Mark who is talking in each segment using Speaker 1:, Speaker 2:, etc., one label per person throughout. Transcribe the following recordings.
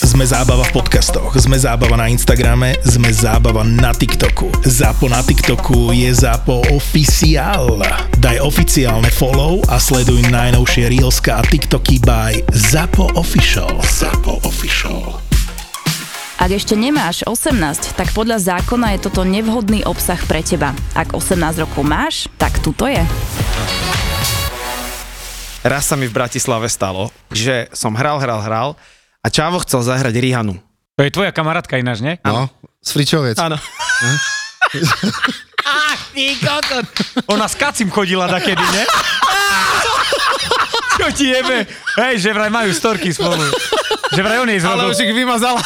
Speaker 1: Sme zábava v podcastoch, sme zábava na Instagrame, sme zábava na TikToku. Zapo na TikToku je Zapo oficiál. Daj oficiálne follow a sleduj najnovšie Reelska a TikToky by Zapo Official. Zapo Official.
Speaker 2: Ak ešte nemáš 18, tak podľa zákona je toto nevhodný obsah pre teba. Ak 18 rokov máš, tak tuto je.
Speaker 3: Raz sa mi v Bratislave stalo, že som hral, hral, hral a Čavo chcel zahrať Rihanu.
Speaker 4: To je tvoja kamarátka ináč, nie?
Speaker 5: No, z Fričovec.
Speaker 3: Áno.
Speaker 4: Ach, ty kokot. Ona s kacim chodila takedy, nie? Čo ti jebe? Hej, že vraj majú storky spolu. Že vraj on jej
Speaker 3: Ale
Speaker 4: zrobil.
Speaker 3: už ich vymazala.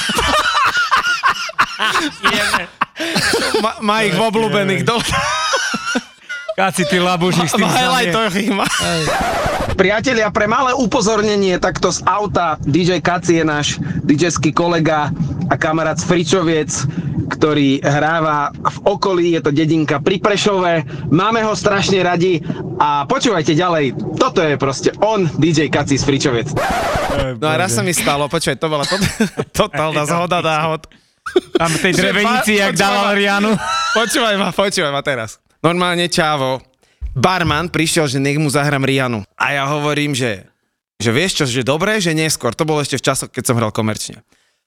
Speaker 3: má, má ich v obľúbených. Do...
Speaker 4: Kaci, ty labužník s
Speaker 3: V
Speaker 4: tým
Speaker 3: highlightoch ich má.
Speaker 6: Priatelia, pre malé upozornenie takto z auta DJ Kaci je náš DJský kolega a kamarát z Fričoviec, ktorý hráva v okolí, je to dedinka pri Prešove. Máme ho strašne radi a počúvajte ďalej, toto je proste on, DJ Kaci z Fričoviec.
Speaker 3: No a raz sa mi stalo, počkaj, to bola tot- totálna zhoda náhod.
Speaker 4: Tam v tej
Speaker 3: Že
Speaker 4: drevenici,
Speaker 3: ba- počúvaj
Speaker 4: jak
Speaker 3: ma.
Speaker 4: dával Rianu.
Speaker 3: Počúvaj ma, počúvaj ma teraz. Normálne Čavo, barman prišiel, že nech mu zahrám Rianu. A ja hovorím, že, že vieš čo, že dobré, že neskôr. To bolo ešte v časoch, keď som hral komerčne.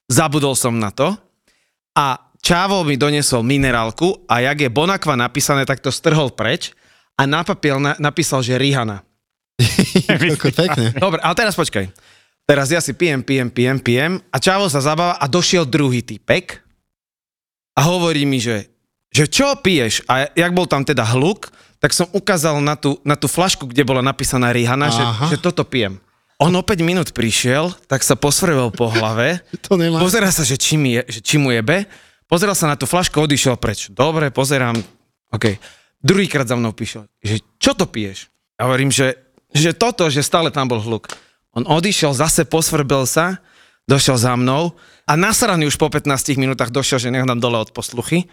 Speaker 3: Zabudol som na to a Čavo mi donesol minerálku a jak je Bonakva napísané, tak to strhol preč a na papier na, napísal, že Rihana.
Speaker 5: Ako pekne.
Speaker 3: Dobre, ale teraz počkaj. Teraz ja si pijem, pijem, pijem, pijem a Čavo sa zabáva a došiel druhý typek a hovorí mi, že, že čo piješ? A jak bol tam teda hluk, tak som ukázal na tú, na tú flašku, kde bola napísaná Rihana, že,
Speaker 5: Aha.
Speaker 3: že toto pijem. On o 5 minút prišiel, tak sa posvrvel po hlave,
Speaker 5: To nemá.
Speaker 3: pozera sa, že či, mi je, že či mu jebe, pozeral sa na tú flašku, odišiel preč. Dobre, pozerám, OK. Druhýkrát za mnou píšel, že čo to piješ? Ja hovorím, že, že toto, že stále tam bol hluk. On odišiel, zase posvrbel sa, došiel za mnou a nasraný už po 15 minútach došiel, že nech nám dole od posluchy,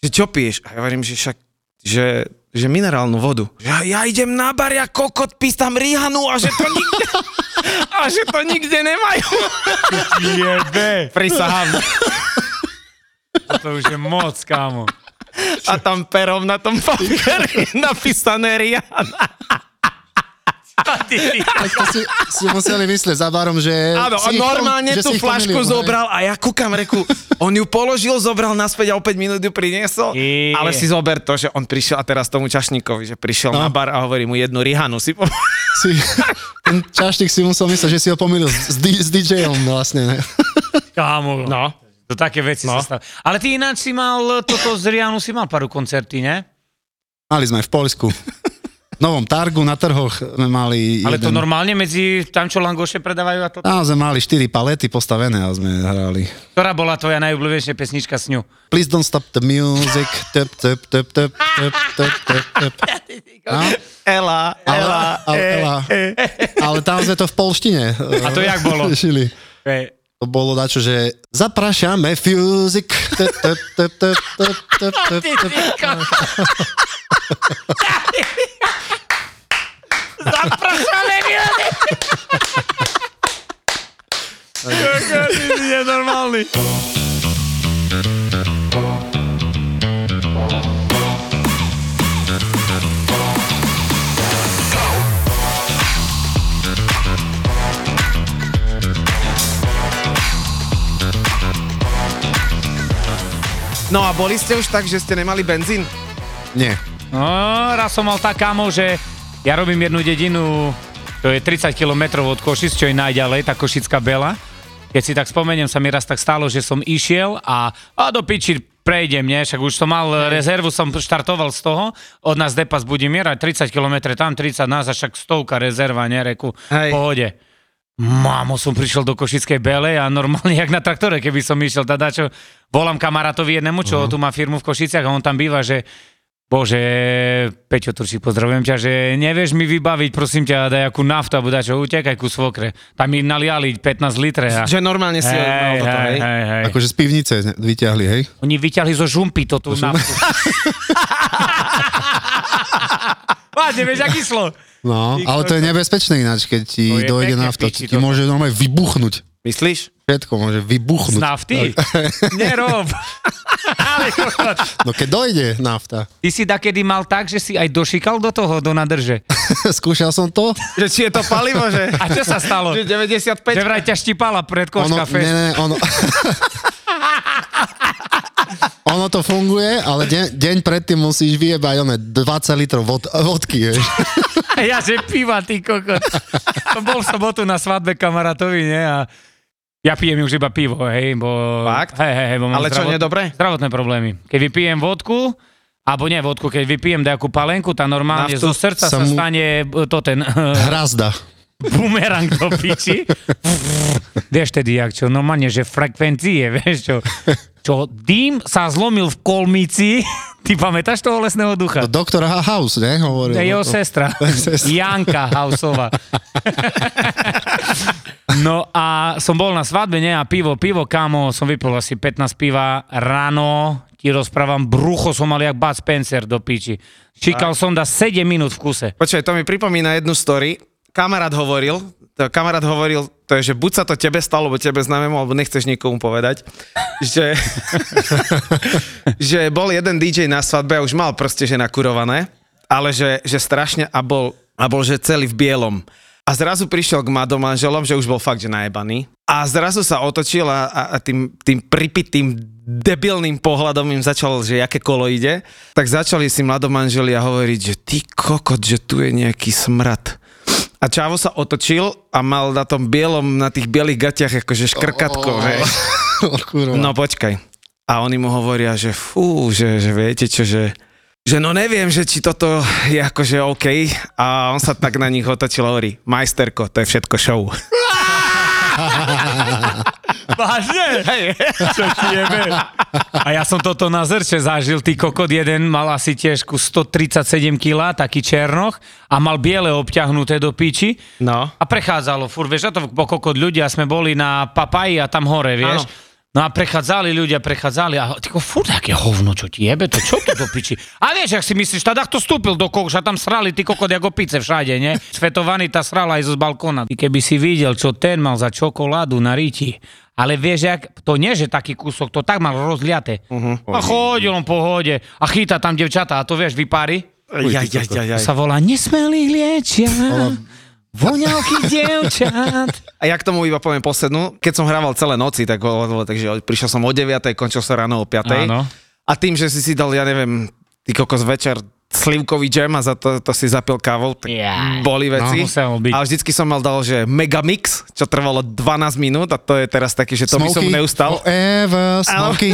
Speaker 3: že čo piješ? A ja hovorím, že však, že, že minerálnu vodu. Ja, ja idem na bar, ja kokot pís tam Rihanu a že to nikde, a že to nikde nemajú.
Speaker 4: Jebe.
Speaker 3: Prisahám.
Speaker 4: To už je moc, kámo.
Speaker 3: A tam perom na tom papieri je napísané
Speaker 5: E,
Speaker 3: Rihanna.
Speaker 5: Tak to si, si museli myslieť za barom, že...
Speaker 3: Áno, a
Speaker 5: si ich pom-
Speaker 3: normálne
Speaker 5: že si
Speaker 3: tú
Speaker 5: ich pomýlil,
Speaker 3: flašku
Speaker 5: hej.
Speaker 3: zobral a ja kúkam, reku, on ju položil, zobral naspäť a o 5 minút ju priniesol.
Speaker 4: Je.
Speaker 3: Ale si zober to, že on prišiel a teraz tomu čašníkovi, že prišiel
Speaker 5: No.
Speaker 3: na bar a hovorí mu jednu Rihanu si po...
Speaker 5: Si, ten čašník si musel myslieť, že si ho pomýlil s, s, di- s DJom vlastne. Ne?
Speaker 4: Kámo.
Speaker 3: No.
Speaker 4: To také veci no. sa stávajú. Ale ty ináč si mal, toto z Rianu si mal paru koncerty, ne?
Speaker 5: Mali sme v Polsku. V novom targu na trhoch sme mali
Speaker 4: Ale to
Speaker 5: jeden,
Speaker 4: normálne medzi tam, čo langoše predávajú a to.
Speaker 5: Áno, sme mali 4 palety postavené a sme hrali.
Speaker 4: Ktorá bola tvoja najobľúbenejšia pesnička s ňu?
Speaker 5: Please don't stop the music. Tep, tep, tep, tep, tep, tep, tep, tep. No,
Speaker 3: Ela, Ela. eh,
Speaker 5: ale, ale, ale, ale tam sme to v polštine.
Speaker 4: A to jak bolo?
Speaker 5: Šili.
Speaker 4: Že-
Speaker 5: To bolo dačo, že zaprašame fuzik. Tep, tep, tep, tep, tep, tep, tep, tep.
Speaker 4: Zaprašali milióny! je normálny.
Speaker 3: No a boli ste už tak, že ste nemali benzín?
Speaker 5: Nie.
Speaker 4: No, raz som mal tak, kámo, že ja robím jednu dedinu, to je 30 km od Košic, čo je najďalej, tá Košická Bela. Keď si tak spomeniem, sa mi raz tak stalo, že som išiel a, a do piči prejdem, nie? Však už som mal rezervu, som štartoval z toho, od nás depas Budimier, a 30 km tam, 30 nás, a však stovka rezerva, nie? Reku,
Speaker 3: Hej.
Speaker 4: pohode. Mámo, som prišiel do Košickej Bele a normálne jak na traktore, keby som išiel. Teda čo, volám kamarátovi jednému,
Speaker 3: Mhm.
Speaker 4: čo tu má firmu v Košiciach a on tam býva, že Bože, Peťo Turčík, pozdravujem ťa, že nevieš mi vybaviť, prosím ťa, dajakú naftu, alebo dačo, utekaj ku svokre. Tam mi naliali 15 litre. A...
Speaker 3: Že normálne si mal
Speaker 4: hej,
Speaker 3: toto,
Speaker 4: hej,
Speaker 3: hej?
Speaker 4: hej, hej.
Speaker 5: Akože z pivnice ne- vyťahli, hej?
Speaker 4: Oni vyťahli zo žumpy to tú naftu. Vážne, vieš, aký slo?
Speaker 5: No, ale to je nebezpečné ináč, keď ti
Speaker 4: To je
Speaker 5: dojde
Speaker 4: pekne
Speaker 5: nafta,
Speaker 4: v piči
Speaker 5: ti
Speaker 4: toto.
Speaker 5: môže normálne vybuchnúť.
Speaker 3: Myslíš?
Speaker 5: Všetko môže
Speaker 4: Z
Speaker 5: vybuchnúť.
Speaker 4: nafty? Nerob. Ale kokot.
Speaker 5: No keď dojde nafta.
Speaker 4: Ty si dakedy mal tak, že si aj došikal do toho, do nadrže.
Speaker 5: Skúšal som to.
Speaker 3: Že či je to palivo, že?
Speaker 4: A čo sa stalo?
Speaker 3: Že 95.
Speaker 4: Že vraj ťa štipala pred
Speaker 5: Ono,
Speaker 4: koška
Speaker 5: ne,
Speaker 4: fest.
Speaker 5: ne, ono... ono to funguje, ale deň, deň predtým musíš vyjebať one 20 litrov vod, vodky, vieš.
Speaker 4: Ja že piva, ty kokot. To bol v sobotu na svadbe kamarátovi, nie? A ja pijem už iba pivo, hej, bo...
Speaker 3: Fakt?
Speaker 4: Hej, hej, hej, bo mám
Speaker 3: Ale čo,
Speaker 4: zdravot-
Speaker 3: nedobre?
Speaker 4: Zdravotné problémy. Keď vypijem vodku, alebo nie vodku, keď vypijem nejakú palenku, tá normálne
Speaker 3: Naftu
Speaker 4: zo srdca sa,
Speaker 5: sa mu-
Speaker 4: stane e, to ten
Speaker 5: Hrazda.
Speaker 4: bumerang do piči. vieš tedy, jak čo, normálne, že frekvencie, vieš čo. Čo, dým sa zlomil v kolmici, ty pamätáš toho lesného ducha?
Speaker 5: To doktor Ha- House, ne?
Speaker 4: no
Speaker 5: Hovoril.
Speaker 4: To je jeho
Speaker 5: o tom.
Speaker 4: sestra,
Speaker 5: Sestra.
Speaker 4: Janka Hausová. no a som bol na svadbe, nie? A pivo, pivo, kámo, som vypil asi 15 piva ráno, ti rozprávam, brucho som mal jak Bud Spencer do piči. Číkal som da 7 minút v kuse.
Speaker 3: Počkaj, to mi pripomína jednu story. Kamarát hovoril, to kamarát hovoril, to je, že buď sa to tebe stalo, alebo tebe známemu, alebo nechceš nikomu povedať, že, že bol jeden DJ na svadbe a už mal proste, že nakurované, ale že, že strašne a bol, a bol, že celý v bielom. A zrazu prišiel k madomanželom, že už bol fakt, že najebaný. A zrazu sa otočil a, a, a tým, tým pripitým debilným pohľadom im začal, že aké kolo ide. Tak začali si mladomanželia hovoriť, že ty kokot, že tu je nejaký smrad. A Čavo sa otočil a mal na tom bielom, na tých bielých gatiach akože škrkatko, oh, vieš.
Speaker 5: O, kurva.
Speaker 3: No počkaj. A oni mu hovoria, že fú, že, že viete čo, že, že no neviem, že či toto je akože OK. A on sa tak na nich otočil a hovorí, majsterko, to je všetko show.
Speaker 4: Vážne? Hej. Čo ti jebe? A ja som toto na zrče zažil, ty kokot jeden mal asi tiež ku 137 kg, taký černoch, a mal biele obťahnuté do piči.
Speaker 3: No.
Speaker 4: A prechádzalo, fur, vieš, a to bol kokot ľudia, sme boli na Papaji a tam hore, vieš.
Speaker 3: Áno.
Speaker 4: No a prechádzali ľudia, prechádzali a tyko, fú, také hovno, čo ti jebe, to čo to do piči? A vieš, ak si myslíš, tadach to stúpil do kokša, tam srali ty kokot, ako pice všade, ne? Svetovaný tá srala aj zo z balkóna. Ty keby si videl, čo ten mal za čokoládu na ríti, ale vieš, jak, to nie, že taký kúsok, to tak mal rozliaté. Uh-huh. A chodil on pohode a chýta tam devčatá a to vieš, vypári.
Speaker 3: Ja, ja, ja, ja.
Speaker 4: To sa volá nesmelých liečia, voňavky dievčat.
Speaker 3: A ja k tomu iba poviem poslednú. Keď som hrával celé noci, tak, bolo- takže prišiel som o 9, končil som ráno o 5.
Speaker 4: Áno.
Speaker 3: A tým, že si si dal, ja neviem, ty kokos večer slivkový džem a za to, to si zapil kávou, tak
Speaker 4: Jaj.
Speaker 3: boli veci.
Speaker 4: No, muselo byť.
Speaker 3: A vždycky som mal dal, že megamix, čo trvalo 12 minút a to je teraz taký, že to by som
Speaker 5: Smoky
Speaker 3: neustal.
Speaker 5: Forever, smoky.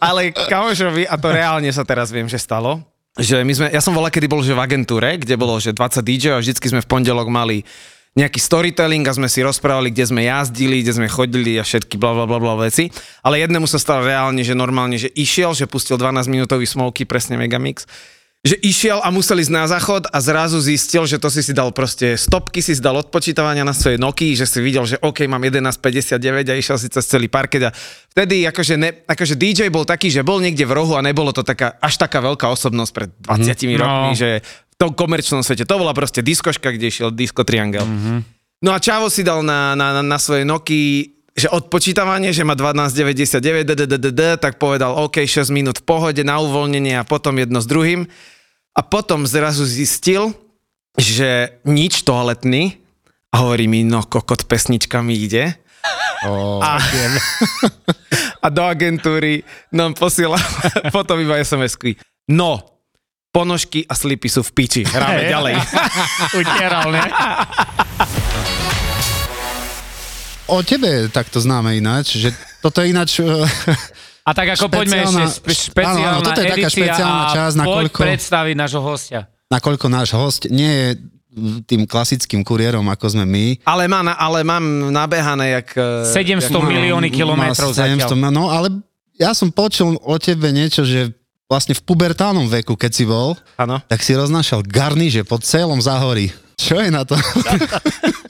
Speaker 3: Ale kamošovi, a to reálne sa teraz viem, že stalo, že my sme, ja som volal, kedy bol, že v agentúre, kde bolo, že 20 DJ a vždycky sme v pondelok mali nejaký storytelling a sme si rozprávali, kde sme jazdili, kde sme chodili a všetky bla bla bla bla veci. Ale jednému sa stalo reálne, že normálne, že išiel, že pustil 12 minútový smoky, presne Megamix, že išiel a musel ísť na záchod a zrazu zistil, že to si si dal proste stopky, si si dal odpočítavania na svoje noky, že si videl, že OK, mám 11.59 a išiel si cez celý parket a vtedy akože, ne, akože DJ bol taký, že bol niekde v rohu a nebolo to taká, až taká veľká osobnosť pred 20 mm-hmm.
Speaker 4: No.
Speaker 3: rokmi, že v tom komerčnom svete. To bola proste diskoška, kde išiel Disco Triangle. Mm-hmm. No a Čavo si dal na, na, na- na svoje noky že odpočítavanie, že má 12,99, d, d, d, d, d, tak povedal OK, 6 minút v pohode na uvoľnenie a potom jedno s druhým. A potom zrazu zistil, že nič toaletný a hovorí mi, no kokot pesnička mi ide.
Speaker 5: O,
Speaker 3: A, a do agentúry nám posiela potom iba SMS-ky. No, ponožky a slipy sú v piči. Hráme ďalej.
Speaker 4: Utieral, ne?
Speaker 5: o tebe je takto známe ináč, že toto je ináč... e,
Speaker 4: A tak ako poďme ešte
Speaker 5: Špeciálna-
Speaker 4: spe- špeciálna
Speaker 5: áno, áno, toto je taká
Speaker 4: edícia
Speaker 5: špeciálna
Speaker 4: a
Speaker 5: časť,
Speaker 4: poď
Speaker 5: nakoľko-
Speaker 4: predstaviť nášho hostia.
Speaker 5: nakoľko náš host nie je tým klasickým kuriérom, ako sme my.
Speaker 3: Ale, má, na- ale mám nabehané, jak... e,
Speaker 4: 700
Speaker 3: jak-
Speaker 4: milióny kilometrov
Speaker 5: Má 700
Speaker 4: zatiaľ.
Speaker 5: No ale ja som počul o tebe niečo, že vlastne v pubertálnom veku, keď si bol,
Speaker 3: Áno.
Speaker 5: tak si roznášal garniže po celom záhorí. Čo je na to?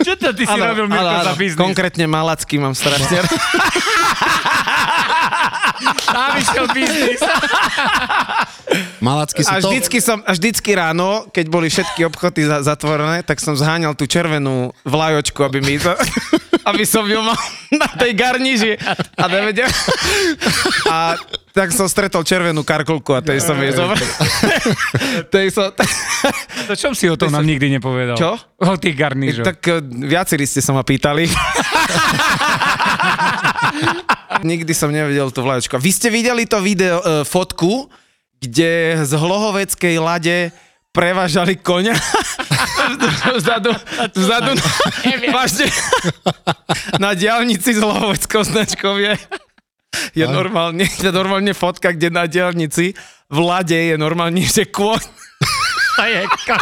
Speaker 4: Čo to ty si
Speaker 3: Áno,
Speaker 4: robil,
Speaker 3: áno,
Speaker 4: Mirko,
Speaker 3: áno.
Speaker 4: za biznis?
Speaker 3: Konkrétne malacky mám strašne rád.
Speaker 4: Tam išiel biznis.
Speaker 5: Malacky sú
Speaker 3: A
Speaker 5: to...
Speaker 3: vždycky, som, a vždycky ráno, keď boli všetky obchody za, zatvorené, tak som zháňal tú červenú vlajočku, aby mi to... aby som ju mal na tej garniži a nevedel. A tak som stretol červenú karkulku a tej som jej zobral. tej som...
Speaker 4: To čom si o tom nám nikdy nepovedal?
Speaker 3: Čo?
Speaker 4: O tých garnížoch.
Speaker 3: Tak eh, viacerí ste sa ma pýtali. Nikdy som nevidel tú vlajočku. Vy ste videli to video, e, fotku, kde z Hlohoveckej lade prevážali konia vzadu, vzadu na, vážne, na diálnici z Hlohoveckou značkou je, je normálne, je normálne fotka, kde na diálnici v lade je normálne, že kôň.
Speaker 4: To je kaka.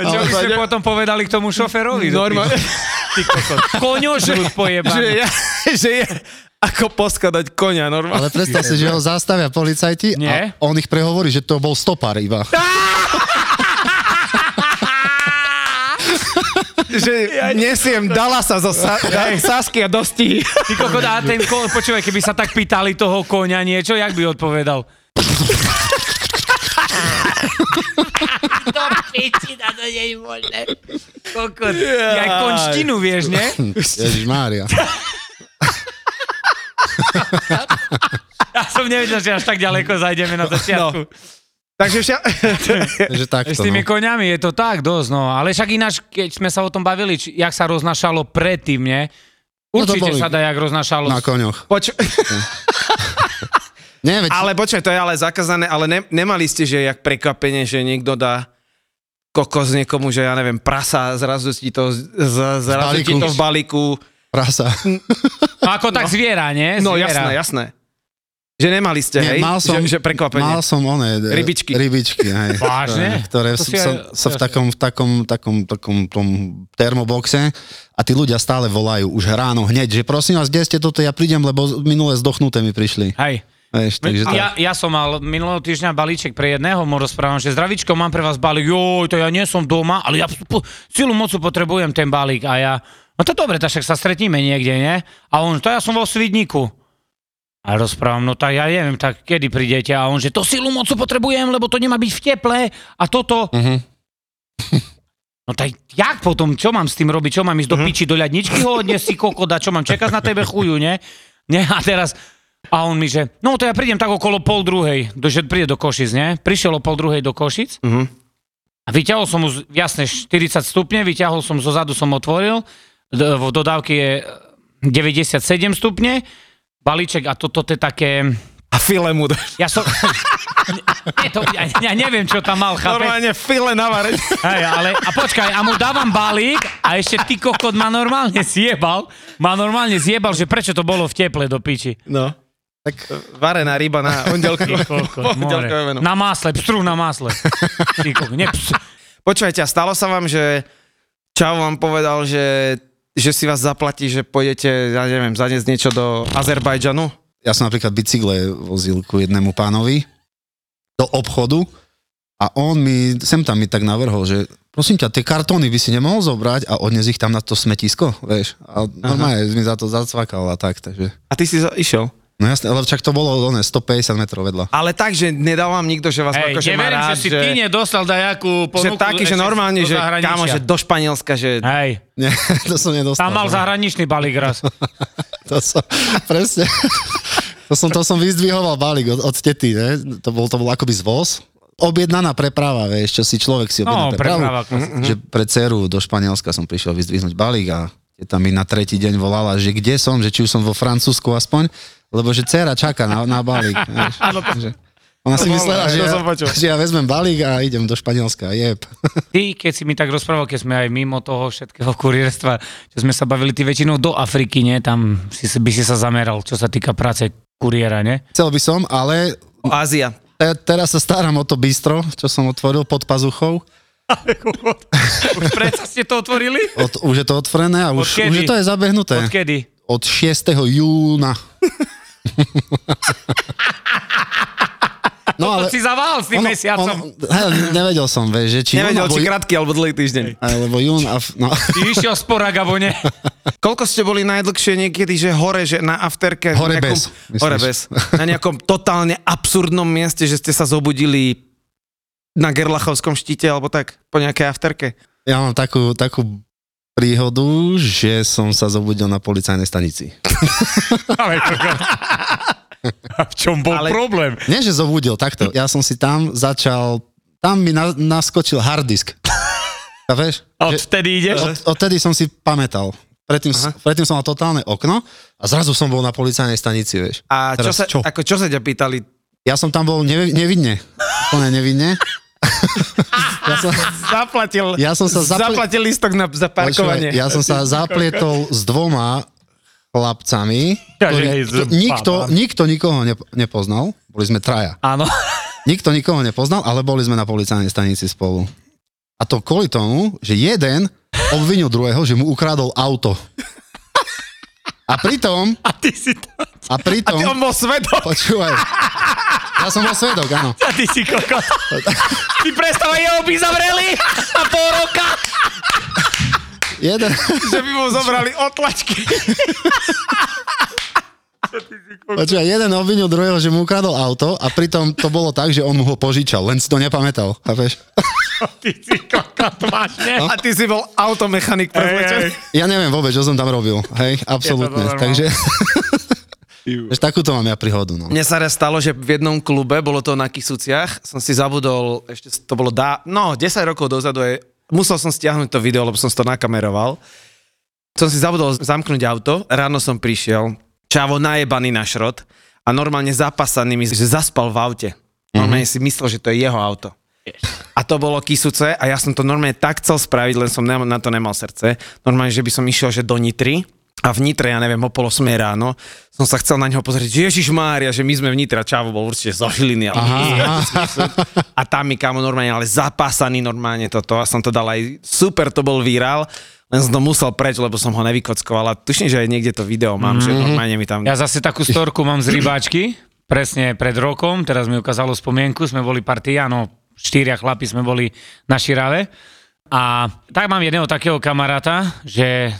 Speaker 4: Čo by ste
Speaker 3: Ale-
Speaker 4: potom povedali k tomu šoferovi?
Speaker 3: Normálne.
Speaker 4: Ty kokot.
Speaker 3: že
Speaker 4: Koňožrút
Speaker 3: je,
Speaker 4: pojebaný.
Speaker 3: že je ako poskadať konia normálne.
Speaker 5: Ale predstav si, že ho zastavia policajti
Speaker 4: Nie.
Speaker 5: a on ich prehovorí, že to bol stopár iba.
Speaker 3: že nesiem Dalasa zo sa, da, Sasky a dostihy.
Speaker 4: Ty kokot, a ten ko- počúvaj, keby sa tak pýtali toho koňa niečo, jak by odpovedal? Kokot. Ja aj konštinu vieš, ne?
Speaker 5: Ježiš Mária.
Speaker 4: Ja som nevedel, že až tak ďaleko zajdeme na začiatku. No.
Speaker 3: Takže však...
Speaker 5: Takže takto.
Speaker 4: S tými
Speaker 5: No.
Speaker 4: koňami je to tak dosť, no. Ale však ináč, keď sme sa o tom bavili, či, jak sa roznašalo predtým, ne?
Speaker 5: No to
Speaker 4: Určite
Speaker 5: boli-
Speaker 4: sa dá, jak roznašalo.
Speaker 5: Na koňoch.
Speaker 3: Poč-
Speaker 5: Nie, veď,
Speaker 3: ale počkaj, to je ale zakázané, ale ne, nemali ste, že jak prekvapenie, že niekto dá kokos niekomu, že ja neviem, prasa, zrazu ti to, z, z- zrazu ti
Speaker 5: balíku.
Speaker 3: to v balíku.
Speaker 5: prasa.
Speaker 4: No ako tak zviera, nie?
Speaker 3: No
Speaker 4: Zviera.
Speaker 3: jasné, jasné. Že nemali ste,
Speaker 5: Nie,
Speaker 3: hej?
Speaker 5: mal som,
Speaker 3: že, že prekvapenie.
Speaker 5: Mal som one. d-
Speaker 3: Rybičky.
Speaker 5: Rybičky, hej. E,
Speaker 4: Vážne?
Speaker 5: Ktoré
Speaker 4: To
Speaker 5: som,
Speaker 4: si aj-
Speaker 5: som, som v
Speaker 4: jasne.
Speaker 5: takom, v takom, takom, takom tom termoboxe a tí ľudia stále volajú už ráno hneď, že prosím vás, kde ste toto, ja prídem, lebo z- minule zdochnuté mi prišli.
Speaker 4: Hej.
Speaker 5: Vieš, takže to...
Speaker 4: Ja, ja som mal minulého týždňa balíček pre jedného, mu rozprávam, že zdravičko, mám pre vás balík, joj, to ja nie som doma, ale ja po, silu mocu potrebujem ten balík a ja, no to dobre, tak však sa stretníme niekde, nie? A on, to ja som vo Svidníku. A rozprávam, no tak ja neviem, tak kedy prídete? A on, že to silu mocu potrebujem, lebo to nemá byť v teple a toto.
Speaker 5: Mhm.
Speaker 4: No tak jak potom, čo mám s tým robiť, čo mám ísť do piči, do ľadničky ho odnes si kokoda, čo mám čakať na tebe chuju, ne? Ne, a teraz, a on mi, že no to ja prídem tak okolo pol druhej, do, že príde do Košic, ne? Prišiel o pol druhej do Košic
Speaker 3: Mhm.
Speaker 4: a vyťahol som mu, z- jasne, 40 stupne, vyťahol som zo zadu, som otvoril, d- v dodávke je 97 stupne, balíček a toto to je také,
Speaker 3: A file mu dáš.
Speaker 4: ja som... Nie, to, ja, ja neviem, čo tam mal, chápeš?
Speaker 3: Normálne file navareť.
Speaker 4: Hej, ale, a počkaj, a mu dávam balík a ešte ty kokot ma normálne zjebal, ma normálne zjebal, že prečo to bolo v teple do piči.
Speaker 3: No. Tak varená ryba na ondelku.
Speaker 4: Ty kokot, more. Na másle, pstruh na másle. Ty kokot, ne, pst-
Speaker 3: Počujete, a stalo sa vám, že Čau vám povedal, že, že si vás zaplatí, že pôjdete, ja neviem, zaniesť niečo do Azerbajdžanu?
Speaker 5: ja som napríklad bicykle vozil ku jednému pánovi do obchodu a on mi, sem tam mi tak navrhol, že prosím ťa, tie kartóny by si nemohol zobrať a odnes ich tam na to smetisko, vieš. A normálne mi za to zacvakal a tak, takže.
Speaker 3: A ty si za, išiel.
Speaker 5: No jasné, ale však to bolo one, 150 metrov vedľa.
Speaker 3: Ale tak, že nedal vám nikto, že vás
Speaker 4: Hej,
Speaker 3: akože má
Speaker 4: neverím,
Speaker 3: rád,
Speaker 4: že si ty nedostal dajakú
Speaker 3: že
Speaker 4: ponuku.
Speaker 3: taký, že
Speaker 4: ešte
Speaker 3: normálne,
Speaker 4: do
Speaker 3: že
Speaker 4: zahraničia.
Speaker 3: kámo, že do Španielska, že...
Speaker 4: Hej,
Speaker 5: Nie, to som nedostal.
Speaker 4: tam mal
Speaker 5: no.
Speaker 4: zahraničný balík raz.
Speaker 5: To som, presne. To som, to som vyzdvihoval balík od, od tety, ne? To bol, to bol akoby zvoz. Objednaná preprava, vieš, čo si človek si objedná
Speaker 4: No, preprava. klasicky.
Speaker 5: že pre dceru do Španielska som prišiel vyzdvihnúť balík a tam mi na tretí deň volala, že kde som, že či už som vo Francúzsku aspoň, lebo že dcera čaká na, na balík. vieš. Že ona si
Speaker 3: bolo, to
Speaker 5: myslela, že, ja,
Speaker 3: som počul.
Speaker 5: že ja vezmem balík a idem do Španielska, jeb.
Speaker 4: Ty, keď si mi tak rozprával, keď sme aj mimo toho všetkého kurierstva, čo sme sa bavili, ty väčšinou do Afriky, nie? Tam si, by si sa zameral, čo sa týka práce kuriéra, nie?
Speaker 5: Chcel by som, ale
Speaker 3: Ázia.
Speaker 5: te, teraz sa starám o to bistro, čo som otvoril pod pazuchou.
Speaker 4: Už predsa ste to otvorili?
Speaker 5: Od, už je to otvorené a už,
Speaker 4: Odkedy?
Speaker 5: už je to je zabehnuté.
Speaker 4: Odkedy?
Speaker 5: Od 6. júna. No
Speaker 4: Ale... To si zavál s tým ono, mesiacom. Ono...
Speaker 5: hej, nevedel som, vieš, že či
Speaker 3: Nevedel, či
Speaker 5: jún, alebo,
Speaker 3: krátky alebo dlhý týždeň.
Speaker 5: alebo jún a... F, no,
Speaker 4: Ty išiel z poraga, bo nie?
Speaker 3: Koľko ste boli najdlhšie niekedy, že hore, že na afterke?
Speaker 5: Hore
Speaker 3: na nejakom,
Speaker 5: bez, myslíš?
Speaker 3: Hore bez. Na nejakom totálne absurdnom mieste, že ste sa zobudili na Gerlachovskom štíte alebo tak po nejakej afterke.
Speaker 5: ja mám takú, takú príhodu, že som sa zobudil na policajnej stanici.
Speaker 4: Ale koko. A v čom bol ale... problém?
Speaker 5: Nie, že zobudil, takto. Ja som si tam začal, tam mi na, naskočil hard disk. A vieš,
Speaker 4: A
Speaker 5: že-
Speaker 4: Odtedy ideš?
Speaker 5: od, odtedy som si pamätal. Predtým, s- predtým som mal totálne okno a zrazu som bol na policajnej stanici, vieš.
Speaker 3: A čo
Speaker 5: Teraz
Speaker 3: sa,
Speaker 5: čo?
Speaker 3: Ako, čo sa ťa pýtali?
Speaker 5: Ja som tam bol nevi- nevinne. Úplne nevinne. ja som,
Speaker 3: Zaplatil,
Speaker 5: Ja som sa zapl-
Speaker 3: zaplatil listok na, za parkovanie.
Speaker 5: ja som sa zaplietol s dvoma chlapcami,
Speaker 4: Ja,
Speaker 5: ktorí,
Speaker 4: že aj s
Speaker 5: kto- nikto,
Speaker 4: babami.
Speaker 5: nikto nikoho nep- nepoznal. Boli sme traja.
Speaker 4: Áno.
Speaker 5: Nikto nikoho nepoznal, ale boli sme na policajnej stanici spolu. A to kvôli tomu, že jeden obvinil druhého, že mu ukradol auto. A pritom,
Speaker 4: A ty si to...
Speaker 5: a pritom,
Speaker 3: On bol svedok.
Speaker 5: počúvaj, ja som bol svedok, áno.
Speaker 4: A ty si koko. Ty prestávaj jeho by zavreli a pol roka,
Speaker 5: Jeden,
Speaker 3: Že by mu zobrali otlačky.
Speaker 5: počúvaj, jeden obvinil druhého, že mu ukradol auto a pritom to bolo tak, že on mu ho požičal, len si to nepamätal, chápeš?
Speaker 4: ty si koko, vážne.
Speaker 3: A ty si bol automechanik
Speaker 4: Ej, ej.
Speaker 3: prezlečený.
Speaker 5: Ja neviem vôbec, čo som tam robil, hej,
Speaker 4: Je to
Speaker 5: absolútne.
Speaker 4: normálne.
Speaker 5: Takže, takže takúto mám ja príhodu, no.
Speaker 3: Mne sa raz stalo, že v jednom klube, bolo to na Kisuciach, som si zabudol, ešte to bolo dá, no 10 rokov dozadu, je, musel som stiahnuť to video, lebo som si to nakameroval. Som si zabudol zamknúť auto, ráno som prišiel, čavo najebaný na šrot a normálne zapasaný mi, že zaspal v aute. Normálne si myslel, že to je jeho auto. A to bolo Kisuce a ja som to normálne tak chcel spraviť, len som ne- na to nemal srdce. Normálne, že by som išiel že do Nitry a v Nitre, ja neviem, o pol 8 ráno, som sa chcel na neho pozrieť, že Ježiš Mária, že my sme v Nitre, a Čavo bol určite zo Žiliny. Ale a tam mi kámo normálne, ale zapásaný normálne toto a som to dal aj, super to bol virál, len som to musel preč, lebo som ho nevykockoval a tuším, že aj niekde to video mám, že normálne mi tam...
Speaker 4: Ja zase takú storku mám z rybáčky, presne pred rokom, teraz mi ukázalo spomienku, sme boli partia, no štyria chlapi sme boli na Širave. A tak mám jedného takého kamaráta, že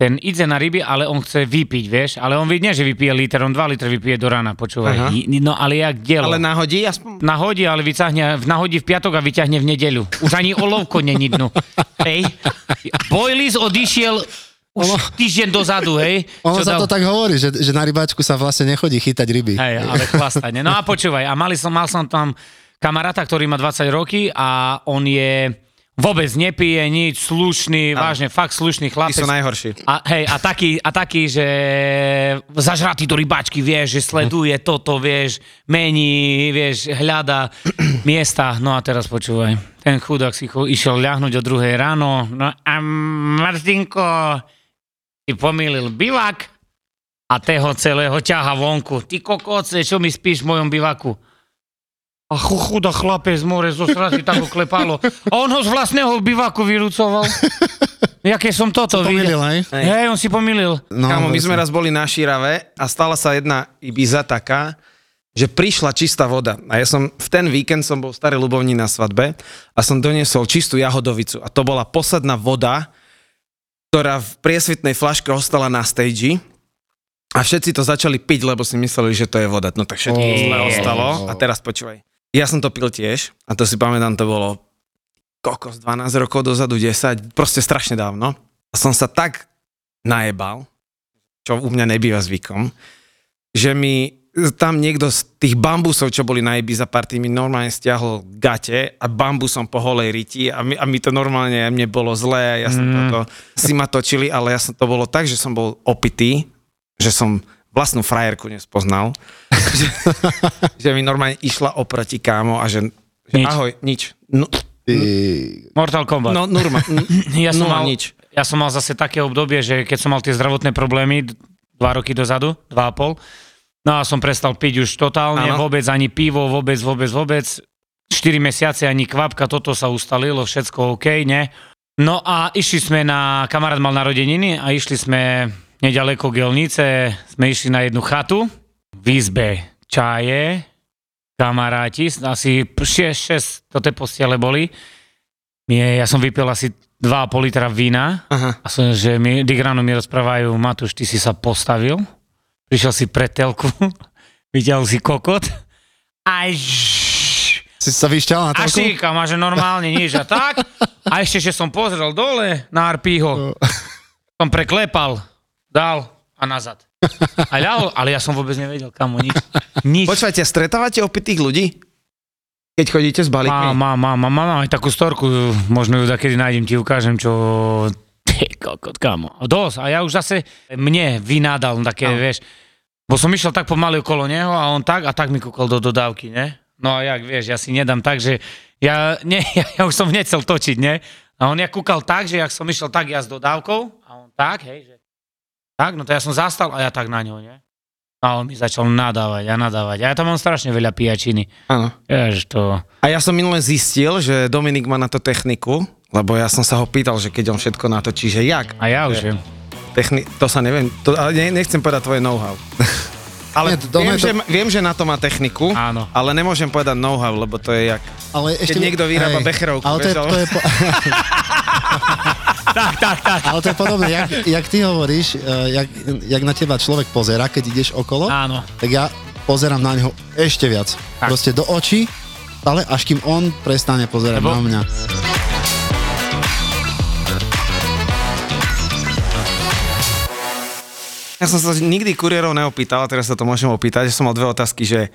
Speaker 4: ten ide na ryby, ale on chce vypiť, vieš, ale on vidne, že vypije liter, on 2 litre vypije do
Speaker 3: Aha.
Speaker 4: rána, počúvaj. I- No ale jak dielo.
Speaker 3: Ale nahodí aspoň...
Speaker 4: Nahodí, ale vyťahne, nahodí v piatok a vyťahne v nedeľu. Už ani olovko není dnu. Hej. Boilies odišiel už týždeň dozadu, hej.
Speaker 5: Ono
Speaker 4: Čo
Speaker 5: sa
Speaker 4: dal-
Speaker 5: to tak hovorí, že, že na rybáčku sa vlastne nechodí chytať ryby.
Speaker 4: Hej, ale chlastanie. No a počúvaj, a mali som, mal som tam kamaráta, ktorý má 20 roky a on je vôbec nepije nič, slušný, vážne, fakt slušný
Speaker 3: Ty
Speaker 4: chlapec.
Speaker 3: sú najhorší.
Speaker 4: A, hej, a taký, a taký, že zažratý do rybáčky, vieš, že sleduje toto, vieš, mení, vieš, hľada miesta. No a teraz počúvaj, ten chudák si cho- išiel ľahnuť o druhej ráno, no a Martinko si pomýlil bivak a toho celého ťaha vonku. Ty kokoce, čo mi spíš v mojom bivaku? A chu- chudá chlapec z more zo srazy tak ho klepalo. A on ho z vlastného bivaku vyrucoval. Jaké som toto videl.
Speaker 5: Pomýlil, hej?
Speaker 3: Hej.
Speaker 4: Hej, on si pomýlil.
Speaker 5: No,
Speaker 3: Kámo, my sme raz boli na Šírave a stala sa jedna Ibiza taká, že prišla čistá voda. A ja som v ten víkend som bol v Starej Lubovni na svadbe a som doniesol čistú jahodovicu. A to bola posadná voda, ktorá v priesvitnej flaške ostala na stage. A všetci to začali piť, lebo si mysleli, že to je voda. No tak všetko
Speaker 5: Oh.
Speaker 3: zle ostalo. A teraz počúvaj. Ja som to pil tiež a to si pamätám, to bolo kokos 12 rokov dozadu, 10, proste strašne dávno. A som sa tak najebal, čo u mňa nebýva zvykom, že mi tam niekto z tých bambusov, čo boli na Ibiza party, mi normálne stiahol gate a bambusom po holej riti a mi, a mi to normálne, mne bolo zlé, ja som mm. toto, si ma točili, ale ja som to bolo tak, že som bol opitý, že som vlastnú frajerku nespoznal, že, že mi normálne išla oproti kámo a že, že
Speaker 4: Nič.
Speaker 3: ahoj, nič. No,
Speaker 5: Ty...
Speaker 4: Mortal Kombat.
Speaker 3: no norma, n-
Speaker 4: ja som
Speaker 3: no,
Speaker 4: mal,
Speaker 3: nič.
Speaker 4: Ja som mal zase také obdobie, že keď som mal tie zdravotné problémy d- dva roky dozadu, dva a pol, no a som prestal piť už totálne,
Speaker 3: Áno.
Speaker 4: vôbec ani pivo, vôbec, vôbec, vôbec. 4 mesiace ani kvapka, toto sa ustalilo, všetko OK, ne? No a išli sme na, kamarát mal narodeniny a išli sme nedaleko Gelnice, sme išli na jednu chatu v izbe čaje, kamaráti, asi 6, 6 toto postele boli. Nie, ja som vypil asi 2,5 litra vína
Speaker 3: Aha.
Speaker 4: a som, že mi, Digrano mi rozprávajú, Matúš, ty si sa postavil, prišiel si pre telku, videl si kokot a žš,
Speaker 5: Si sa vyšťal na
Speaker 4: A
Speaker 5: toľko?
Speaker 4: šíkam, a že normálne nič a tak. A ešte, že som pozrel dole na Arpího. Som preklepal, dal a nazad. A ľahol, ale ja som vôbec nevedel, kamo, nič. Nič.
Speaker 3: Počúvajte, stretávate opitých ľudí? Keď chodíte s
Speaker 4: Mám,
Speaker 3: balíkmi?
Speaker 4: mám, mám, mám, mám aj takú storku, možno ju kedy nájdem, ti ukážem, čo... Ty kokot, kamo. Dosť, a ja už zase mne vynádal také,
Speaker 3: Áno.
Speaker 4: vieš, bo som išiel tak pomaly okolo neho a on tak a tak mi kúkol do dodávky, ne? No a jak vieš, ja si nedám tak, že ja, ne, ja, ja už som nechcel točiť, ne? A on ja kúkal tak, že jak som išiel tak ja s dodávkou a on tak, hej, že tak, no to ja som zastal a ja tak na ňo, ne? A on mi začal nadávať a nadávať. A ja tam mám strašne veľa pijačiny.
Speaker 3: Áno.
Speaker 4: Jež to...
Speaker 3: A ja som minule zistil, že Dominik má na to techniku, lebo ja som sa ho pýtal, že keď on všetko natočí, že jak?
Speaker 4: A ja už
Speaker 3: Že
Speaker 4: viem.
Speaker 3: Techni- to sa neviem, to, ale ne, nechcem povedať tvoje know-how. Ale
Speaker 5: Nie, to-
Speaker 3: viem,
Speaker 5: ono je to-
Speaker 3: že, viem, že na to má techniku,
Speaker 4: Áno.
Speaker 3: ale nemôžem povedať know-how, lebo to je jak...
Speaker 5: Ale ešte...
Speaker 3: niekto vyrába becherovku,
Speaker 5: ale to je,
Speaker 3: vieš, ale-
Speaker 5: to je po...
Speaker 4: Tak, tak, tak.
Speaker 5: Ale to je podobné, jak, jak ty hovoríš, eh, jak, jak na teba človek pozera, keď ideš okolo,
Speaker 4: Áno.
Speaker 5: tak ja pozerám na neho ešte viac.
Speaker 4: Tak.
Speaker 5: Proste do očí, ale až kým on prestane pozerať
Speaker 4: Lebo-
Speaker 5: na mňa.
Speaker 3: Ja som sa nikdy kuriérov neopýtal, a teraz sa to môžem opýtať, že som mal dve otázky, že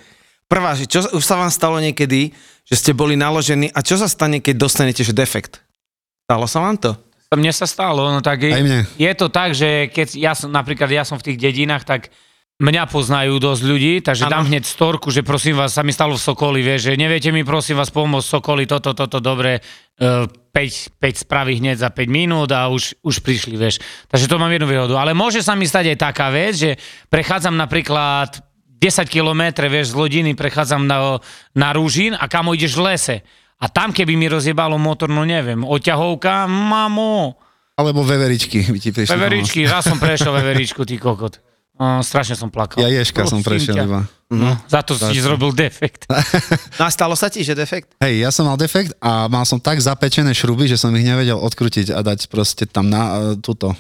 Speaker 3: prvá, že čo, už sa vám stalo niekedy, že ste boli naložení a čo sa stane, keď dostanete že defekt? Stalo sa vám to?
Speaker 4: Mne sa stalo, no tak
Speaker 5: Aj
Speaker 4: je,
Speaker 5: mne.
Speaker 4: je to tak, že keď ja som, napríklad ja som v tých dedinách, tak mňa poznajú dosť ľudí, takže
Speaker 3: Áno.
Speaker 4: dám hneď storku, že prosím vás, sa mi stalo v Sokoli, vieš, že neviete mi prosím vás pomôcť Sokoli, toto, toto, dobre, 5, 5 spraví hneď za 5 minút a už, už prišli, vieš. Takže to mám jednu výhodu. Ale môže sa mi stať aj taká vec, že prechádzam napríklad 10 km, vieš, z Lodiny prechádzam na, na Rúžin a kam ideš v lese. A tam, keby mi rozjebalo motor, no neviem, oťahovka, mamo.
Speaker 5: Alebo veveričky by ti prišli. na
Speaker 4: Veveričky, raz som prešiel veveričku, ty kokot. O, strašne som plakal.
Speaker 5: Ja Ježka som
Speaker 4: Prosím
Speaker 5: prešiel
Speaker 4: ťa.
Speaker 5: iba.
Speaker 4: No, za to si zrobil defekt.
Speaker 3: No a stalo sa ti, že defekt?
Speaker 5: Hej, ja som mal defekt a mal som tak zapečené šruby, že som ich nevedel odkrútiť a dať proste tam na e, túto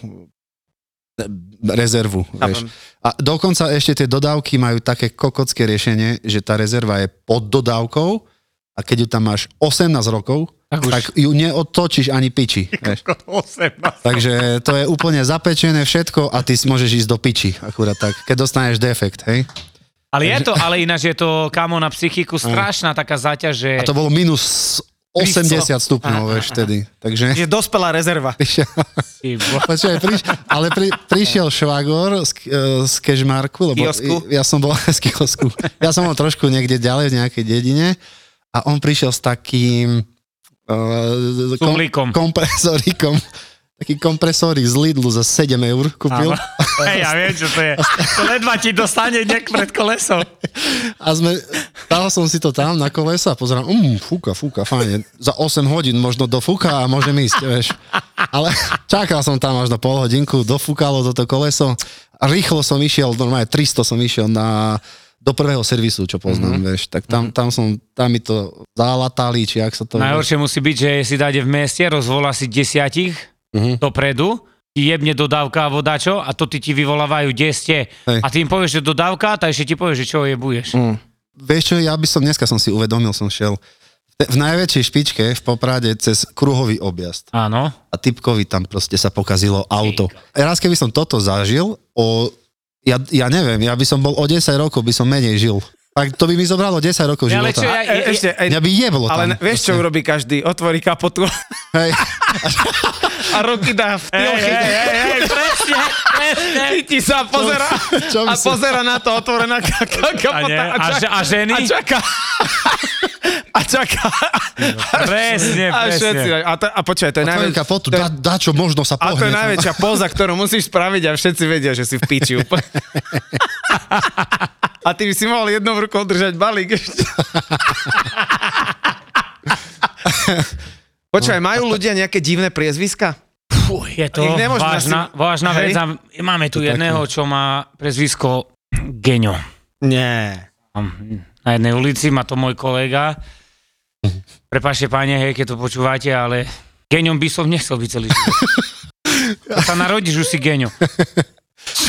Speaker 5: e, rezervu, vieš. A dokonca ešte tie dodávky majú také kokocké riešenie, že tá rezerva je pod dodávkou a keď ju tam máš 18 rokov,
Speaker 4: Tak už.
Speaker 5: tak ju neodtočíš ani piči. Vieš. Takže to je úplne zapečené všetko a ty si môžeš ísť do piči, akurát tak, keď dostaneš defekt, hej.
Speaker 4: Ale je to, ale ináč je to, kamo, na psychiku strašná taká záťaž, že...
Speaker 5: A to bolo minus 80 stupňov, vieš, vtedy. Takže...
Speaker 3: Že dospelá rezerva.
Speaker 4: Ty bo-
Speaker 5: Počkaj, priš, ale pri, prišiel švagor z, e, z Kežmarku, lebo
Speaker 3: Kiosku?
Speaker 5: ja som bol z kiosku. Ja som bol trošku niekde ďalej v nejakej dedine a on prišiel s takým uh,
Speaker 4: Cumlíkom.
Speaker 5: kompresorikom. Taký kompresorik z Lidlu za 7 eur kúpil.
Speaker 4: Hej, ja viem, čo to je. To ledva ti dostane nejak pred kolesom.
Speaker 5: A sme, dal som si to tam na kolesa a pozerám, um, fúka, fúka, fajne. Za 8 hodín možno dofúka a môžem ísť, vieš. Ale čakal som tam až na pol hodinku, dofúkalo toto koleso. Rýchlo som išiel, normálne 300 som išiel na, do prvého servisu, čo poznám, mm-hmm. vieš. Tak tam, tam som, tam mi to zalatali, či ak sa to...
Speaker 4: Najhoršie musí byť, že si dáde v meste, rozvolá si desiatich
Speaker 5: Mhm.
Speaker 4: dopredu, ti jebne dodávka a vodačo a to ty ti vyvolávajú, kde ste.
Speaker 5: Hej. Mm.
Speaker 4: A ty im povieš, že dodávka, tak ešte ti povieš, že čo jebuješ.
Speaker 5: Vieš čo, ja by som, dneska som si uvedomil, som šiel v- v najväčšej špičke v Poprade cez kruhový objazd.
Speaker 4: Áno.
Speaker 5: a typkovi tam proste sa pokazilo auto. Raz keby som toto zažil, o, ja, ja neviem, ja by som bol o 10 rokov, by som menej žil. Tak to by mi zobralo 10 rokov
Speaker 4: Ja, ale
Speaker 5: života.
Speaker 4: čo ja-
Speaker 3: E, ešte, e,
Speaker 5: Mňa by jeblo tam.
Speaker 3: ale ne- vieš, čo urobí každý? Otvorí kapotu
Speaker 5: Hej,
Speaker 3: a ruky dá v
Speaker 4: Hej, hej,
Speaker 3: tilchy.
Speaker 4: hej, hej, presne, presne.
Speaker 3: Chytí sa a pozera,
Speaker 5: čo by
Speaker 3: a
Speaker 5: som-
Speaker 3: pozera na to otvorená ka- ka-
Speaker 4: A,
Speaker 3: kapota
Speaker 4: nie, a, ž- a ženy?
Speaker 3: a čaká. A čaká.
Speaker 4: Presne,
Speaker 3: A všetci.
Speaker 4: presne.
Speaker 3: A, to, a počkaj, to je
Speaker 5: otvorí
Speaker 3: najväčšia...
Speaker 5: kapotu, dá, dá čo možno sa
Speaker 3: A
Speaker 5: pohne.
Speaker 3: to je najväčšia poza, ktorú musíš spraviť a všetci vedia, že si v piči úplne. A ty by si mohol jednou rukou držať balík. ešte. Počkaj,
Speaker 5: No.
Speaker 3: majú ľudia nejaké divné priezviska?
Speaker 4: Fuj, je to
Speaker 3: Ich nemôžeme
Speaker 4: vážna,
Speaker 3: asi-
Speaker 4: vážna
Speaker 3: Hej.
Speaker 4: vec. A Máme tu jedného, čo má prezvisko Geňo.
Speaker 3: Nie.
Speaker 4: Na jednej ulici má to môj kolega. Prepašte, páne, hej, keď to počúvate, ale geňom by som nechcel byť celý život. To sa narodíš, už si geňo.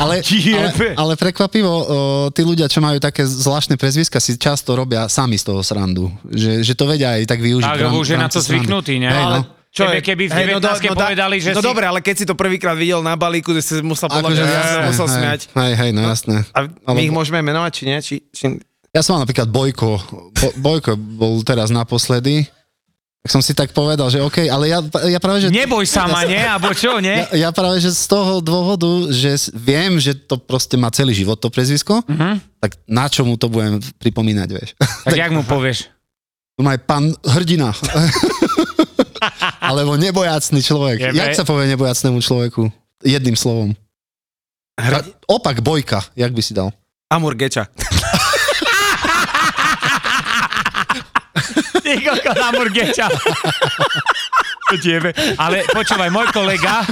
Speaker 5: Ale, ale, ale prekvapivo, o, tí ľudia, čo majú také zvláštne prezviska, si často robia sami z toho srandu. Že, že to vedia aj tak využiť.
Speaker 4: Tak,
Speaker 5: v rám-
Speaker 4: lebo už je
Speaker 5: v
Speaker 4: na
Speaker 5: rámci
Speaker 4: to
Speaker 5: srandy.
Speaker 4: zvyknutý, ne?
Speaker 5: Hej, no.
Speaker 4: Čo je, keby v
Speaker 3: Hej,
Speaker 4: 19
Speaker 3: dá-
Speaker 4: no, povedali, že
Speaker 3: no,
Speaker 4: si...
Speaker 3: dobre, ale keď si to prvýkrát videl na balíku, že si musel podľa
Speaker 5: Akože
Speaker 3: mňa, ja
Speaker 5: jasné,
Speaker 3: som musel
Speaker 5: hej, no.
Speaker 3: smiať.
Speaker 5: Hej, hej, no jasné.
Speaker 3: A my
Speaker 5: Alebo-
Speaker 3: ich môžeme menovať, či nie? Či, či...
Speaker 5: Ja som mal napríklad Bojko. Bo, Bojko bol teraz naposledy. Tak som si tak povedal, že OK, ale ja, ja práve, že...
Speaker 4: Neboj sa ma, nie? Abo čo, nie?
Speaker 5: Ja, ja práve, že z toho dôvodu, že s- viem, že to proste má celý život to prezvisko,
Speaker 4: Mhm.
Speaker 5: tak na čo mu to budem pripomínať, vieš.
Speaker 4: Tak jak mu povieš?
Speaker 5: Tu má aj pán hrdina. Alebo nebojacný človek.
Speaker 4: Jebe.
Speaker 5: Jak sa povie nebojacnému človeku? Jedným slovom.
Speaker 3: Hra...
Speaker 5: Opak bojka, jak by si dal?
Speaker 3: Amur Geča.
Speaker 4: Ty koko na burgeča. To ti jebe. Ale počúvaj, môj kolega,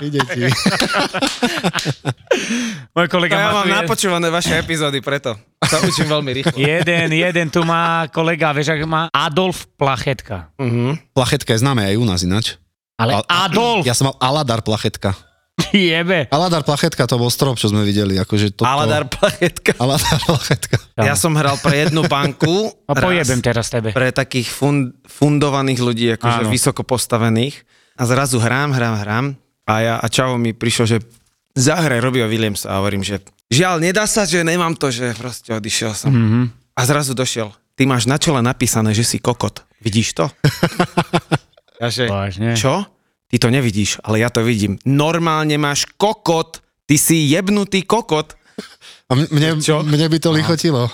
Speaker 5: Ide ti.
Speaker 4: môj
Speaker 3: To
Speaker 4: kolega
Speaker 3: ja
Speaker 4: má
Speaker 3: mám
Speaker 4: tu je-
Speaker 3: napočúvané vaše epizódy, preto sa učím veľmi rýchlo.
Speaker 4: jeden, jeden tu má kolega, vieš, ak má Adolf Plachetka.
Speaker 3: Mhm.
Speaker 5: Plachetka je známe aj u nás inač.
Speaker 4: Ale
Speaker 5: A-
Speaker 4: Adolf,
Speaker 5: Ja som mal Aladar plachetka.
Speaker 4: ty jebe.
Speaker 5: Aladar plachetka to bol strop, čo sme videli. Akože toto...
Speaker 3: Aladar Plachetka.
Speaker 5: Aladar plachetka.
Speaker 3: Ja som hral pre jednu banku.
Speaker 4: A
Speaker 3: raz.
Speaker 4: pojebem teraz tebe.
Speaker 3: pre takých fund, fundovaných ľudí, akože
Speaker 4: Áno.
Speaker 3: vysoko postavených. A zrazu hrám, hrám, hrám. A ja a čavo mi prišlo, že zahraj Robio Williams a hovorím, že žiaľ, nedá sa, že nemám to, že proste odišiel som. Mm-hmm.
Speaker 4: Mhm.
Speaker 3: A zrazu došiel. Ty máš na čele napísané, že si kokot. Vidíš to? ja že,
Speaker 4: Vážne.
Speaker 3: čo? Ty to nevidíš, ale ja to vidím. Normálne máš kokot. Ty si jebnutý kokot.
Speaker 5: A m- mne,
Speaker 3: Čo?
Speaker 5: mne by to lichotilo.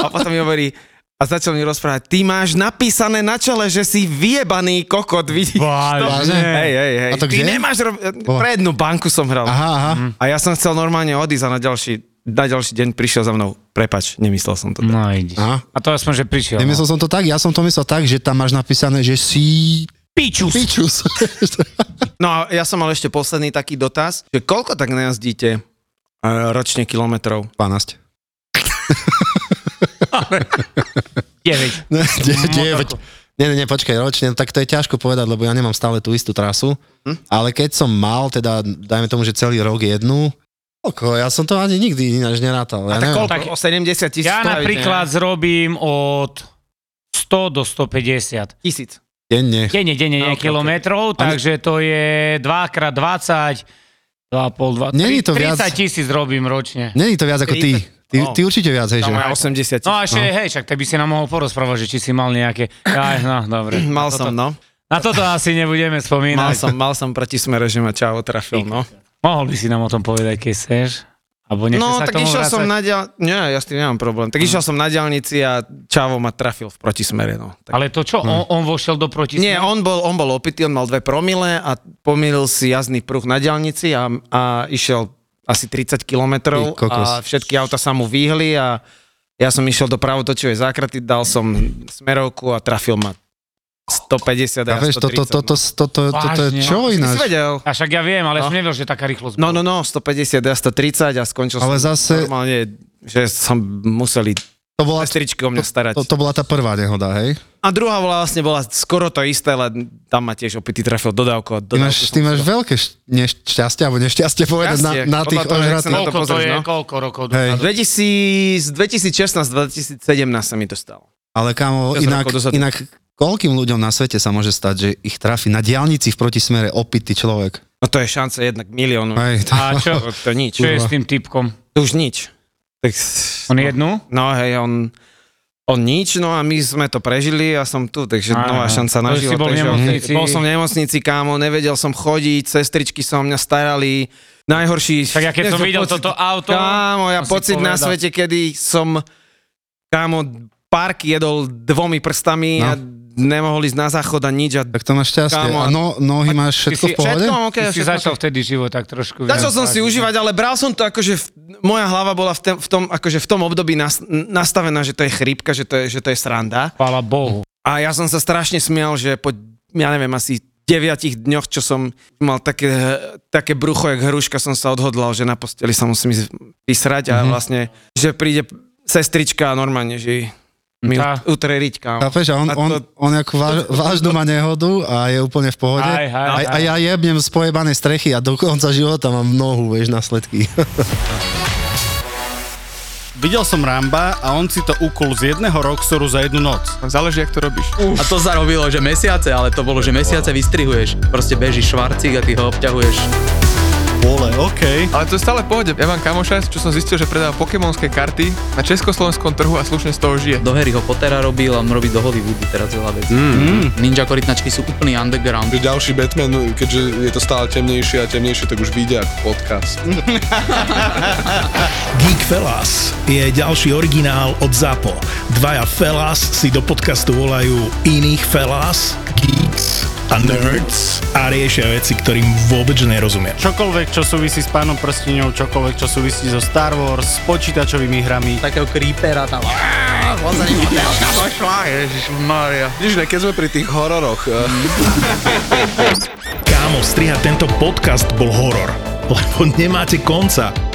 Speaker 3: A potom mi hovorí, a začal mi rozprávať, ty máš napísané na čele, že si vyjebaný kokot, vidíš?
Speaker 5: Vážne?
Speaker 3: Hej, hej, hej.
Speaker 5: A to
Speaker 3: ty
Speaker 5: kde?
Speaker 3: nemáš, ro... pre jednu banku som hral. Aha.
Speaker 5: Aha, aha.
Speaker 3: A ja som chcel normálne odísť a na ďalší, na ďalší deň prišiel za mnou, prepač, nemyslel som
Speaker 5: Hm.
Speaker 3: to.
Speaker 4: No ideš.
Speaker 5: Aha.
Speaker 4: A to aspoň, že prišiel.
Speaker 5: Nemyslel som to tak, ja som to myslel tak, že tam máš napísané, že si...
Speaker 4: Pičus.
Speaker 5: Pičus.
Speaker 3: No a ja som mal ešte posledný taký dotaz, že koľko tak najazdíte e, ročne kilometrov?
Speaker 5: 12.
Speaker 4: 9.
Speaker 5: Ne,
Speaker 3: Mm,
Speaker 5: de- devať. Nie, nie, nie, počkaj, ročne, tak to je ťažko povedať, lebo ja nemám stále tú istú trasu, hm? ale keď som mal, teda, dajme tomu, že celý rok jednu, oko, ja som to ani nikdy ináč nerátal.
Speaker 3: A
Speaker 5: Ja
Speaker 3: tak
Speaker 5: neviem.
Speaker 3: koľko?
Speaker 4: Tak-
Speaker 3: o 70 tisíc?
Speaker 4: Ja
Speaker 3: spravíte,
Speaker 4: napríklad
Speaker 3: ne?
Speaker 4: zrobím od 100 do 150.
Speaker 3: Tisíc.
Speaker 5: Denne.
Speaker 4: Denne, denne,
Speaker 3: Ah,
Speaker 4: denne
Speaker 3: ok, ok.
Speaker 4: kilometrov, takže to je 2x20, 2,5, 2,
Speaker 5: Není to
Speaker 4: 30
Speaker 5: viac.
Speaker 4: tisíc robím ročne.
Speaker 5: Není to viac ako ty. Ty,
Speaker 3: No.
Speaker 5: ty určite viac, hej, že?
Speaker 3: Tam aj 80 tisíc.
Speaker 4: No a ešte, no. hej, však ty by si nám mohol porozprávať, že či si mal nejaké... Aj, no, dobre.
Speaker 3: Mal
Speaker 4: Na
Speaker 3: som,
Speaker 4: toto,
Speaker 3: no.
Speaker 4: Na toto asi nebudeme spomínať.
Speaker 3: Mal som, mal som proti smere, že ma čavo trafil, no.
Speaker 4: Mohol by si nám o tom povedať, keď chceš? Alebo nechceš
Speaker 3: No,
Speaker 4: sa k
Speaker 3: tak
Speaker 4: tomu
Speaker 3: išiel
Speaker 4: vrácať?
Speaker 3: som na dial... Nie, ja s tým nemám problém. Tak išiel som na diálnici a čavo ma trafil v protismere, no. Tak...
Speaker 4: Ale to čo, on, on vošiel do proti...
Speaker 3: Nie, on bol, on bol opitý, on mal dve promile a pomýlil si jazdný pruh na diálnici a, a išiel asi 30 kilometrov
Speaker 5: Ty kokos.
Speaker 3: a všetky auta sa mu vyhli a ja som išiel do pravotočivej zákraty, dal som smerovku a trafil ma 150 a
Speaker 5: Chápeš,
Speaker 3: 130.
Speaker 5: toto, toto, toto, toto je
Speaker 4: Vážne,
Speaker 3: no.
Speaker 5: čo
Speaker 3: Si
Speaker 5: ináč?
Speaker 3: vedel.
Speaker 4: A však ja viem,
Speaker 3: No.
Speaker 4: ale som nevedel, že taká rýchlosť
Speaker 3: No,
Speaker 4: bola.
Speaker 3: no, no, 150 a 130 a skončil
Speaker 5: Ale
Speaker 3: som
Speaker 5: zase-
Speaker 3: normálne, že som museli
Speaker 5: To bola,
Speaker 3: sestričky o mňa starať.
Speaker 5: to, to bola tá prvá nehoda, hej?
Speaker 3: A druhá bola vlastne bola skoro to isté, ale tam ma tiež opäť trafil dodávku. a
Speaker 5: Ty
Speaker 3: dodávku
Speaker 5: máš,
Speaker 3: som
Speaker 5: ty
Speaker 3: si
Speaker 5: máš
Speaker 3: dal.
Speaker 5: veľké šť- nešťastie, alebo nešťastie povedať na,
Speaker 3: Šťastie,
Speaker 5: na
Speaker 3: podľa
Speaker 5: tých
Speaker 3: toho, jak sa na to
Speaker 5: ožratných.
Speaker 4: Koľko to
Speaker 3: pozrieš,
Speaker 4: je,
Speaker 3: no.
Speaker 4: koľko rokov?
Speaker 5: Hej.
Speaker 3: 2000, 2016, 2017 sa mi to stalo.
Speaker 5: Ale kámo,
Speaker 3: Ja som
Speaker 5: inak,
Speaker 3: rokov dozadu.
Speaker 5: inak koľkým ľuďom na svete sa môže stať, že ich trafi na diálnici v protismere opitý človek?
Speaker 3: No to je šanca jednak miliónu.
Speaker 5: Hej, to...
Speaker 4: A čo,
Speaker 3: To, to nič.
Speaker 4: čo je s tým typkom?
Speaker 3: To už nič. Tak,
Speaker 4: On jednu?
Speaker 3: no hej, on, on nič, no a my sme to prežili a som tu, takže
Speaker 4: Á,
Speaker 3: nová šanca na
Speaker 4: takže si
Speaker 3: život.
Speaker 4: bol v
Speaker 3: takže-
Speaker 4: nemocnici.
Speaker 3: Bol som v nemocnici, kámo, nevedel som chodiť, sestričky sa o mňa starali. Najhorší...
Speaker 4: Tak ja keď som videl toto auto,
Speaker 3: Kámo, ja
Speaker 4: som si
Speaker 3: pocit na
Speaker 4: povedal.
Speaker 3: svete, kedy som, kámo, park jedol dvomi prstami
Speaker 5: No.
Speaker 3: a nemohol ísť na záchod a nič. A
Speaker 5: Tak to máš šťastie.
Speaker 3: Kámo,
Speaker 5: a no, nohy máš všetko
Speaker 4: si-
Speaker 5: v pohode?
Speaker 3: všetko mám ok.
Speaker 4: Ty si
Speaker 3: Všetko
Speaker 4: začal vtedy život tak trošku... viac
Speaker 3: Začal som si
Speaker 4: vážiť.
Speaker 3: užívať, ale bral som to akože, v, moja hlava bola v, ten, v, tom, akože v tom období nas, nastavená, že to je chrípka, že to je, že to je sranda.
Speaker 4: Chvála Bohu.
Speaker 3: A ja som sa strašne smial, že po, ja neviem, asi deviatich dňoch, čo som mal také, také brucho, jak hruška, som sa odhodlal, že na
Speaker 4: Mhm.
Speaker 3: posteli sa musím ísť vysrať a mm-hmm. vlastne, že príde sestrička a normálne, že jej mi
Speaker 4: Tá.
Speaker 3: ut- utreriť, kámo.
Speaker 5: Chápeš? A on,
Speaker 3: No. A
Speaker 5: on,
Speaker 3: to-
Speaker 5: on ako váž, vážnu má nehodu a je úplne v pohode.
Speaker 4: Aj, aj,
Speaker 5: a, a
Speaker 4: aj.
Speaker 5: ja jebnem z pojebanej strechy a do konca života mám nohu, vieš, následky.
Speaker 7: Videl som Ramba a on si to ukul z jedného roxoru za jednu noc.
Speaker 8: Záleží, jak to robíš. A to sa robilo, že mesiace, ale to bolo, že mesiace vystrihuješ. Proste bežíš švarcík a ty ho obťahuješ.
Speaker 7: Vole, OK.
Speaker 8: Ale to je stále v pohode. Ja mám kamoša, čo som zistil, že predáva pokémonské karty na československom trhu a slušne z toho žije.
Speaker 9: Do hery ho Pottera robil a on robí do Hollywoodu teraz veľa vecí.
Speaker 7: Mm.
Speaker 9: Mm. Ninja koritnačky sú úplný underground.
Speaker 10: Že ďalší Batman, no, keďže je to stále temnejšie a temnejšie, tak už vyjde ako podcast.
Speaker 1: Geek Fellas je ďalší originál od ZAPO. Dvaja Fellas si do podcastu volajú iných Fellas, Geeks a Nerds a riešia veci, ktorým vôbec nerozumia.
Speaker 7: Čokoľvek, čo súvisí s pánom prstiňou, čokoľvek, čo súvisí so Star Wars, s počítačovými hrami.
Speaker 9: Takého creepera tam.
Speaker 3: Ježišmária.
Speaker 10: Vidíš, ne, keď sme pri tých hororoch, eh,
Speaker 1: Kámo, strihať tento podcast bol horor, lebo nemáte konca.